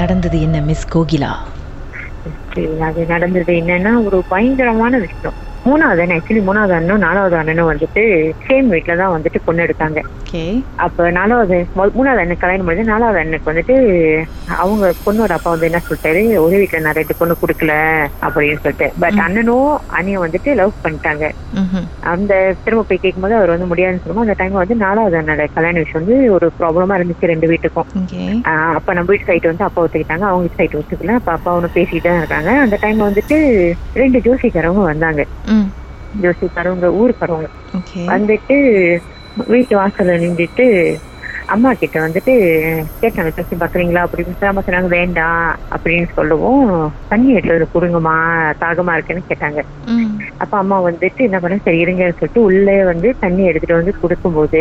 நடந்தது என்ன miss Kokila okay அது நடந்தது என்னன்னா ஒரு பயங்கரமான விஷயம் மூணாவது அண்ணன் ஆக்சுவலி மூணாவது அண்ணனும் நாலாவது அண்ணனும் வந்துட்டு சேம் வீட்டில் தான் வந்துட்டு பொண்ணு எடுத்தாங்க ஓகே அப்ப நாலாவது மொ- மூணாவது அண்ணன் கல்யாணம் முடிஞ்சு நாலாவது அண்ணனுக்கு வந்துட்டு அவங்க பொண்ணோட அப்பா வந்து என்ன சொல்லிட்டாரு ஒரே வீட்டுல நான் ரெண்டு பொண்ணு கொடுக்கல அப்படின்னு சொல்லிட்டு பட் அண்ணனும் அண்ணியும் வந்துட்டு லவ் பண்ணிட்டாங்க ம்ஹும். அந்த திரும்ப போய் கேட்கும்போது அவர் வந்து முடியாதுன்னு சொல்லும்போது அந்த டைம் வந்து நாலாவது அண்ணனோட கல்யாண விஷயம் வந்து ஒரு ப்ராப்ளமா இருந்துச்சு ரெண்டு வீட்டுக்கும் ஓகே ஆஹ் அப்ப நம்ம வீட்டு சைட் வந்து அப்பா ஒத்துக்கிட்டாங்க அவங்க வீட்டு சைட் ஒத்துக்கல அப்ப அப்பா ஒன்று பேசிக்கிட்டு தான் இருக்காங்க அந்த டைம் வந்துட்டு ரெண்டு ஜோசிக்காரவங்க வந்தாங்க ம் ஜோசிக்காரவங்க ஊருக்காரவங்க ஓகே வந்துட்டு வீட்டு வாசல்ல நின்றுட்டு அம்மா கிட்ட வந்துட்டு கேட்டாங்க பேசி பாக்குறீங்களா அப்படின்னு அம்மா சொன்னாங்க வேண்டாம் அப்படின்னு சொல்லவும் தண்ணி எடுத்தது கொடுங்கம்மா தாகமா இருக்குன்னு கேட்டாங்க ம் அப்ப அம்மா வந்துட்டு என்ன பண்ண சரி இருங்கன்னு சொல்லிட்டு உள்ளே வந்து தண்ணி எடுத்துட்டு வந்து கொடுக்கும்போது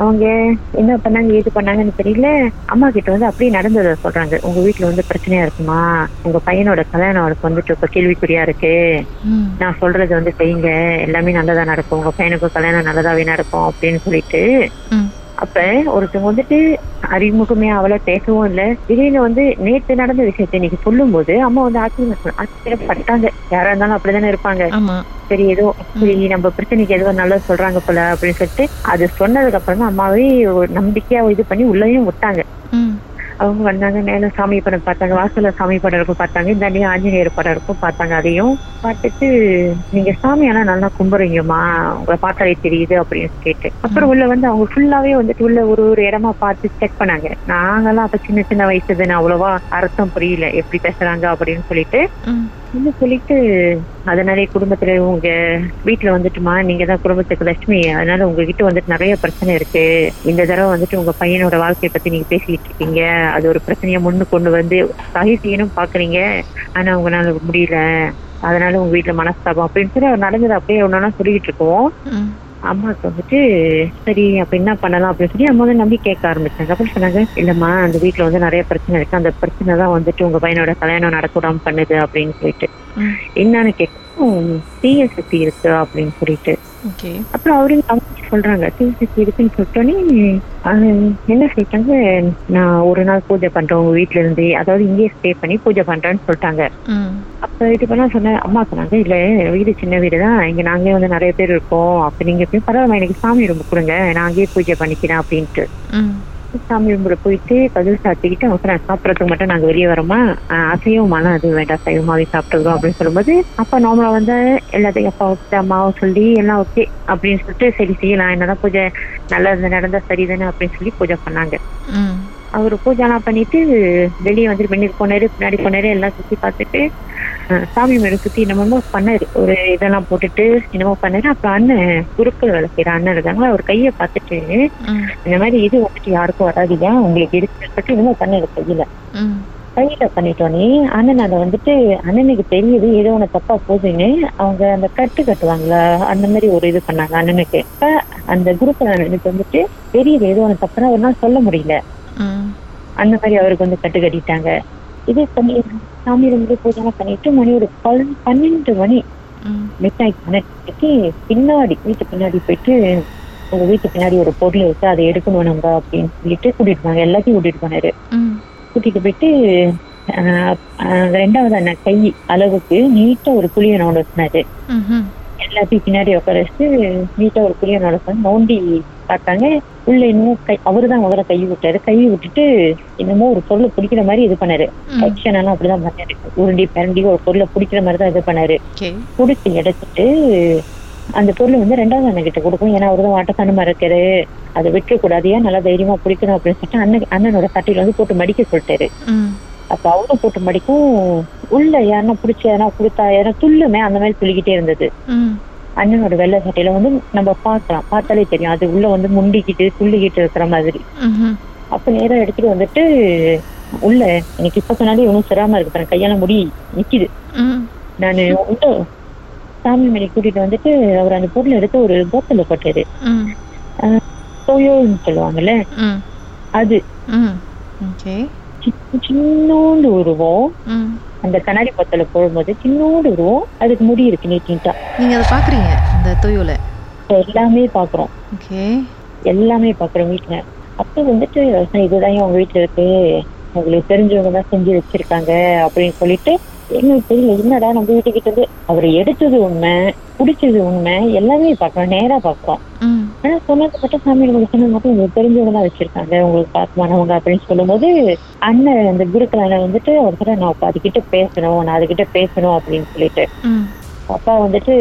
அவங்க என்ன பண்ணாங்க ஏது பண்ணாங்கன்னு தெரியல அம்மா கிட்ட வந்து அப்படியே நடந்ததை சொல்றாங்க உங்க வீட்டுல வந்து பிரச்சனையா இருக்குமா உங்க பையனோட கல்யாணம் அவளுக்கு வந்துட்டு இப்ப கேள்விக்குறியா இருக்கு ம் நான் சொல்றது வந்து செய்யுங்க எல்லாமே நல்லதா நடக்கும் உங்க பையனுக்கு கல்யாணம் நல்லதாவே நடக்கும் அப்படின்னு சொல்லிட்டு ம் அப்ப ஒருத்தவங்க வந்துட்டு அறிமுகமே அவள பேசவும் இல்ல திடீர்னு வந்து நேத்து நடந்த விஷயத்தை இன்னைக்கு சொல்லும்போது அம்மா வந்து ஆச்சரியம் ஆச்சரியப்பட்டாங்க யாரா இருந்தாலும் அப்படிதானே இருப்பாங்க ஆமா சரி ஏதோ சரி நம்ம பிரச்சனைக்கு ஏதோ நல்லா சொல்றாங்க போல அப்படின்னு சொல்லிட்டு அது சொன்னதுக்கு அப்புறம் தான் அம்மாவே ஒரு நம்பிக்கையா இது பண்ணி உள்ளேயும் விட்டாங்க ம் அவங்க வந்தாங்க மேல சாமி படம் பார்த்தாங்க வாசல்ல சாமி படம் இருக்கும் பார்த்தாங்க இந்தாண்டையும் ஆஞ்சநேயர் படம் இருக்கும் பார்த்தாங்க அதையும் பார்த்துட்டு நீங்க சாமியெல்லாம் நல்லா கும்பிடுறீங்கம்மா உங்களை பார்த்தாலே தெரியுது அப்படின்னு கேட்டு அப்புறம் உள்ள வந்து அவங்க ஃபுல்லாவே வந்துட்டு உள்ள ஒரு ஒரு இடமா பார்த்து செக் பண்ணாங்க நாங்கெல்லாம் அப்ப சின்ன சின்ன வயசு தானே அவ்வளவா அர்த்தம் புரியல எப்படி பேசுறாங்க அப்படின்னு சொல்லிட்டு ம் வந்து சொல்லிட்டு அதனாலே குடும்பத்துல உங்க வீட்டுல வந்துட்டுமா நீங்க தான் குடும்பத்துக்கு லட்சுமி அதனால உங்ககிட்ட வந்துட்டு நிறைய பிரச்சனை இருக்கு இந்த தடவை வந்துட்டு உங்க பையனோட வாழ்க்கையை பத்தி நீங்க பேசிக்கிட்டு இருக்கீங்க அது ஒரு பிரச்சனையா முன்னு கொண்டு வந்து சாகித்யனும் பாக்குறீங்க ஆனா உங்களால முடியல அதனால உங்க வீட்டுல மனஸ்தாபம் அப்படின்னு சொல்லி அவர் நடந்தது அப்படியே ஒன்னா சொல்லிக்கிட்டு இருக்கோம் ம் அம்மாவுக்கு வந்துட்டு சரி அப்ப என்ன பண்ணலாம் அப்படின்னு சொல்லி அம்மா வந்து நம்பி கேட்க ஆரம்பிச்சாங்க அப்புறம் சொன்னாங்க இல்லம்மா அந்த வீட்டுல வந்து நிறைய பிரச்சனை இருக்கு அந்த பிரச்சனை தான் வந்துட்டு உங்க பையனோட கல்யாணம் நடக்கூடாம பண்ணுது அப்படின்னு சொல்லிட்டு ம் என்னன்னு கேட்டோம் தீய சக்தி இருக்கு அப்படின்னு சொல்லிட்டு ஓகே அப்புறம் அவரு அவங்க சொல்றாங்க தீய சக்தி இருக்குன்னு சொல்லிட்டோன்னே அது என்ன சொல்லிட்டாங்க நான் ஒரு நாள் பூஜை பண்றேன் உங்க வீட்டுல இருந்து அதாவது இங்கேயே ஸ்டே பண்ணி பூஜை பண்றேன்னு சொல்லிட்டாங்க ம் அப்ப இது பண்ணா சொன்ன அம்மா சொன்னாங்க இல்ல வீடு சின்ன வீடு தான் இங்க நாங்களே வந்து நிறைய பேர் இருக்கோம் அப்ப நீங்க எப்பயும் பரவாயில்ல எனக்கு சாமி ரொம்ப கொடுங்க நான் அங்கேயே பூஜை பண்ணிக்கிறேன் அப்படின்ட்டு ம் சாமி ரூம்ல போயிட்டு கதில் சாத்திக்கிட்டு அவங்க சொன்னாங்க, சாப்பிடறதுக்கு மட்டும் நாங்க வெளியே வரோமா அசைவமான அது வேண்டாம் சைவமாவே சாப்பிட்டுருக்கோம் அப்படின்னு சொல்லும்போது அப்பா நார்மலா வந்து எல்லாத்தையும் அப்பா வச்சு அம்மாவும் சொல்லி எல்லாம் ஓகே அப்படின்னு சொல்லிட்டு சரி செய்யலாம் என்னதான் பூஜை நல்லா இருந்தா நடந்தா சரிதானே அப்படின்னு சொல்லி பூஜை பண்ணாங்க ம் அவர் பூஜைலாம் பண்ணிட்டு வெளியே வந்துட்டு வெளியே போனாரு பின்னாடி போனாரு எல்லாம் சுத்தி பார்த்துட்டு அஹ், சாமி மேடம் சுத்தி என்னமோ பண்ணாரு ஒரு இதெல்லாம் போட்டுட்டு என்னமோ பண்ணாரு அப்புறம் அண்ணன் குருக்கள் வேலை செய்யற அண்ணன் இருக்காங்களா அவர் கையை பார்த்துட்டு ம் இந்த மாதிரி இது வந்துட்டு யாருக்கும் வராதீங்க உங்களுக்கு இருக்கிறதுக்கு இனிமே பண்ணது கையில ம் கையில பண்ணிட்டோன்னே அண்ணன் அதை வந்துட்டு அண்ணனுக்கு தெரியுது ஏதோ ஒண்ணு தப்பா போகுதுன்னு அவங்க அந்த கட்டு கட்டுவாங்களா அந்த மாதிரி ஒரு இது பண்ணாங்க அண்ணனுக்கு இப்ப அந்த குருக்கள் அண்ணனுக்கு வந்துட்டு தெரியுது ஏதோ ஒண்ணு தப்புனா அவர்னால சொல்ல முடியல ம் அந்த மாதிரி அவருக்கு வந்து கட்டு கட்டிட்டாங்க இது பண்ணி சாமி ரொம்ப பூஜை பண்ணிட்டு மணி ஒரு பல்- பன்னெண்டு மணி ம் மிட்டாய்க்கு கணக்கு பின்னாடி வீட்டு பின்னாடி போயிட்டு உங்க வீட்டு பின்னாடி ஒரு பொருள் இருக்கு அதை எடுக்கணும் நம்ம அப்படின்னு சொல்லிட்டு கூட்டிட்டு போனாங்க எல்லாத்தையும் கூட்டிட்டு போனாரு ம் கூட்டிட்டு போயிட்டு ஆஹ், ஆஹ், ரெண்டாவது அண்ணன் கை அளவுக்கு நீட்டா ஒரு குழியை நோண்டினாரு ம்ஹும். எல்லாத்தையும் பின்னாடி உட்கார வச்சு நீட்டா ஒரு குழியை நோண்டினாங்க நோண்டி பார்த்தாங்க உள்ள இன்னும் கை அவரு தான் முதல்ல கை விட்டாரு கை விட்டுட்டு என்னமோ ஒரு பொருளை பிடிக்கிற மாதிரி இது பண்ணாரு ம் ஆக்ஷன் எல்லாம் அப்படிதான் பண்ணாரு உருண்டி பரண்டி ஒரு பொருளை பிடிக்கிற மாதிரி தான் இது பண்ணாரு ஓகே கொடுத்து எடுத்துட்டு அந்த பொருளை வந்து ரெண்டாவது அண்ணன் கிட்ட கொடுக்கணும் ஏன்னா அவர்தான் வாட்டக்கானமா இருக்காரு அதை விற்க கூடாது ஏன் நல்லா தைரியமா பிடிக்கணும் அப்படின்னு சொல்லிட்டு அண்ணன் அண்ணனோட சட்டையில வந்து போட்டு மடிக்க சொல்லிட்டாரு ம் அப்ப அவரும் போட்டு மடிக்கும் உள்ள யாருன்னா பிடிச்ச யாரா கொடுத்தா யாரா துள்ளுமே அந்த மாதிரி துள்ளிக்கிட்டே இருந்தது ம் அண்ணனோட வெள்ளை சட்டையில வந்து நம்ம பார்க்கலாம் பார்த்தாலே தெரியும் அது உள்ள வந்து முண்டிக்கிட்டு துள்ளிக்கிட்டு இருக்கிற மாதிரி ம்ஹும். அப்ப நேரா எடுத்துட்டு வந்துட்டு உள்ள எனக்கு இப்ப சொன்னாலே இவனும் சிராம இருக்கு பாருங்க, கையால முடி நிக்குது ம் நான் வந்து சாமி மேலே கூட்டிட்டு வந்துட்டு அவர் அந்த பொருளை எடுத்து ஒரு போத்தல்ல போட்டாரு ம் டோயோன்னு சொல்லுவாங்கல்ல ம் அது ம் ஓகே சின்ன- சின்னோண்டு உருவம் ம் அந்த கண்ணாடி போத்தல போடும்போது சின்னோண்டு உருவம் அதுக்கு முடி இருக்கு நீட் நீட்டா நீங்கள் அதை பார்க்குறீங்க இந்த தொயோவில் இப்ப எல்லாமே பாக்குறோம் ஓகே எல்லாமே பாக்குறோம் வீட்டுல அப்ப வந்துட்டு அவர் சொன்னாரு, இதுதான் உங்க வீட்டுல இருக்கு உங்களுக்கு தெரிஞ்சவங்க தான் செஞ்சு வச்சிருக்காங்க அப்படின்னு சொல்லிட்டு எங்களுக்கு தெரியல என்னடா நம்ம வீட்டுக்கிட்ட இருந்து அவர் எடுத்தது உண்மை பிடிச்சது உண்மை எல்லாமே பார்க்கறோம் நேரா பார்க்கறோம் ம் ஆனா சொன்னது மட்டும் சாமி உங்களுக்கு சொன்னது மட்டும் உங்களுக்கு தெரிஞ்சவங்க தான் வச்சிருக்காங்க உங்களுக்கு பாசமானவங்க அப்படின்னு சொல்லும்போது அண்ணன் அந்த குருக்கள் அண்ணன் வந்துட்டு அவர் கூட நான் அப்ப அதுகிட்ட பேசணும் நான் அதுகிட்ட பேசணும் அப்படின்னு சொல்லிட்டு ம் அப்பா வந்துட்டு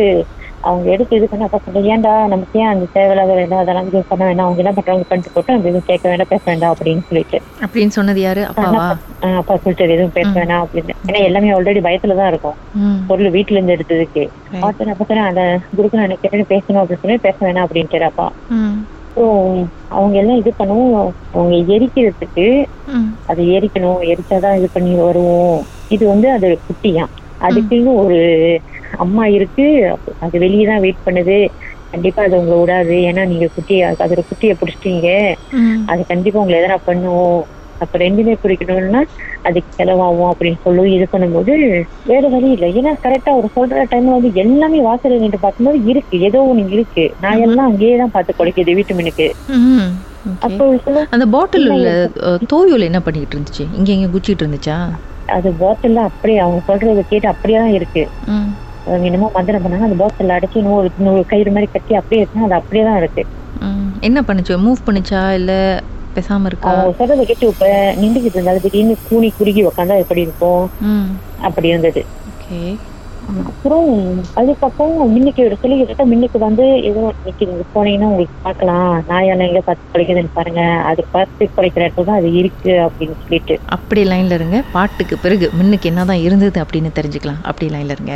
அவங்க எடுத்து இது பண்ண அப்பா சொல்றேன் ஏன்டா நமக்கு ஏன் அந்த தேவையில்லாத வேண்டாம் அதெல்லாம் இது பண்ண வேண்டாம் அவங்க என்ன பண்றாங்க பண்ணிட்டு போட்டு நம்ம எதுவும் கேட்க வேண்டாம் பேச வேண்டாம் அப்படின்னு சொல்லிட்டு அப்படின்னு சொன்னது யாரு அப்பாவா ஆஹ் அப்பா சொல்லிட்டு எதுவும் பேச வேணாம் அப்படின்னு ஏன்னா எல்லாமே ஆல்ரெடி பயத்துல தான் இருக்கும் ம் பொருள் வீட்டுல இருந்து எடுத்ததுக்கு Right. அப்ப அப்ப சொன்னேன் அந்த குருக்கு நான் கேட்டு பேசணும் அப்படின்னு சொல்லி பேச வேணாம் அப்படின்ட்டு அப்பா ம் ஸோ அவங்க எல்லாம் இது பண்ணுவோம் அவங்க எரிக்கிறதுக்கு ம் அது எரிக்கணும் எரிச்சாதான் இது பண்ணி வருவோம் இது வந்து அது குட்டியா அதுக்குன்னு ஒரு அம்மா இருக்கு அது வெளியே தான் வெயிட் பண்ணுது கண்டிப்பா அது உங்களை விடாது ஏன்னா நீங்க குட்டியை அதோட குட்டியை பிடிச்சிட்டீங்க ம் அது கண்டிப்பா உங்களை எதனா பண்ணுவோம் அப்ப ரெண்டுமே பிடிக்கணும்னா அதுக்கு செலவாகும் அப்படின்னு சொல்லி இது பண்ணும்போது வேற வழி இல்லை ஏன்னா கரெக்டா ஒரு சொல்ற டைம்ல வந்து எல்லாமே வாசல் நின்று பார்க்கும்போது இருக்கு ஏதோ ஒண்ணு இருக்கு நான் எல்லாம் அங்கேயே தான் பார்த்து குறைக்குது வீட்டு மினுக்கு ம் okay. அப்போ சொல்ல அந்த பாட்டில் உள்ள அஹ், தோயுள் என்ன பண்ணிக்கிட்டு இருந்துச்சு இங்க இங்க குச்சிட்டு இருந்துச்சா அது பாட்டில் அப்படியே அவங்க சொல்றதை கேட்டு அப்படியே தான் இருக்கு ம் அவங்க என்னமோ மந்திரம் பண்ணாங்க அந்த பாட்டில் அடைச்சி இன்னும் ஒரு நூறு கயிறு மாதிரி கட்டி அப்படியே இருக்குன்னா அது அப்படியே தான் இருக்கு ம். என்ன பண்ணுச்சு மூவ் பண்ணுச்சா இல்ல பேசாம இருக்கா அவங்க சொல்றதை கேட்டு இப்ப நின்றுக்கிட்டு இருந்தாலும் திடீர்னு கூனி குறுகி உக்காந்தா எப்படி இருக்கும் ம் அப்படி இருந்தது ஓகே அப்புறம் அதுக்கப்புறம் மின்னுக்கு ஒரு சொல்லி கிட்ட மின்னுக்கு வந்து ஏதோ நிற்கிது போனீங்கன்னா உங்களுக்கு பார்க்கலாம் நாயால எங்க பார்த்து குறைக்குதுன்னு பாருங்க அது பார்த்து குறைக்கிற இடத்துல தான் அது இருக்கு அப்படின்னு சொல்லிட்டு அப்படி லைன்ல இருங்க பாட்டுக்கு பிறகு முன்னுக்கு என்னதான் இருந்தது அப்படின்னு தெரிஞ்சுக்கலாம் அப்படி லைன்ல இருங்க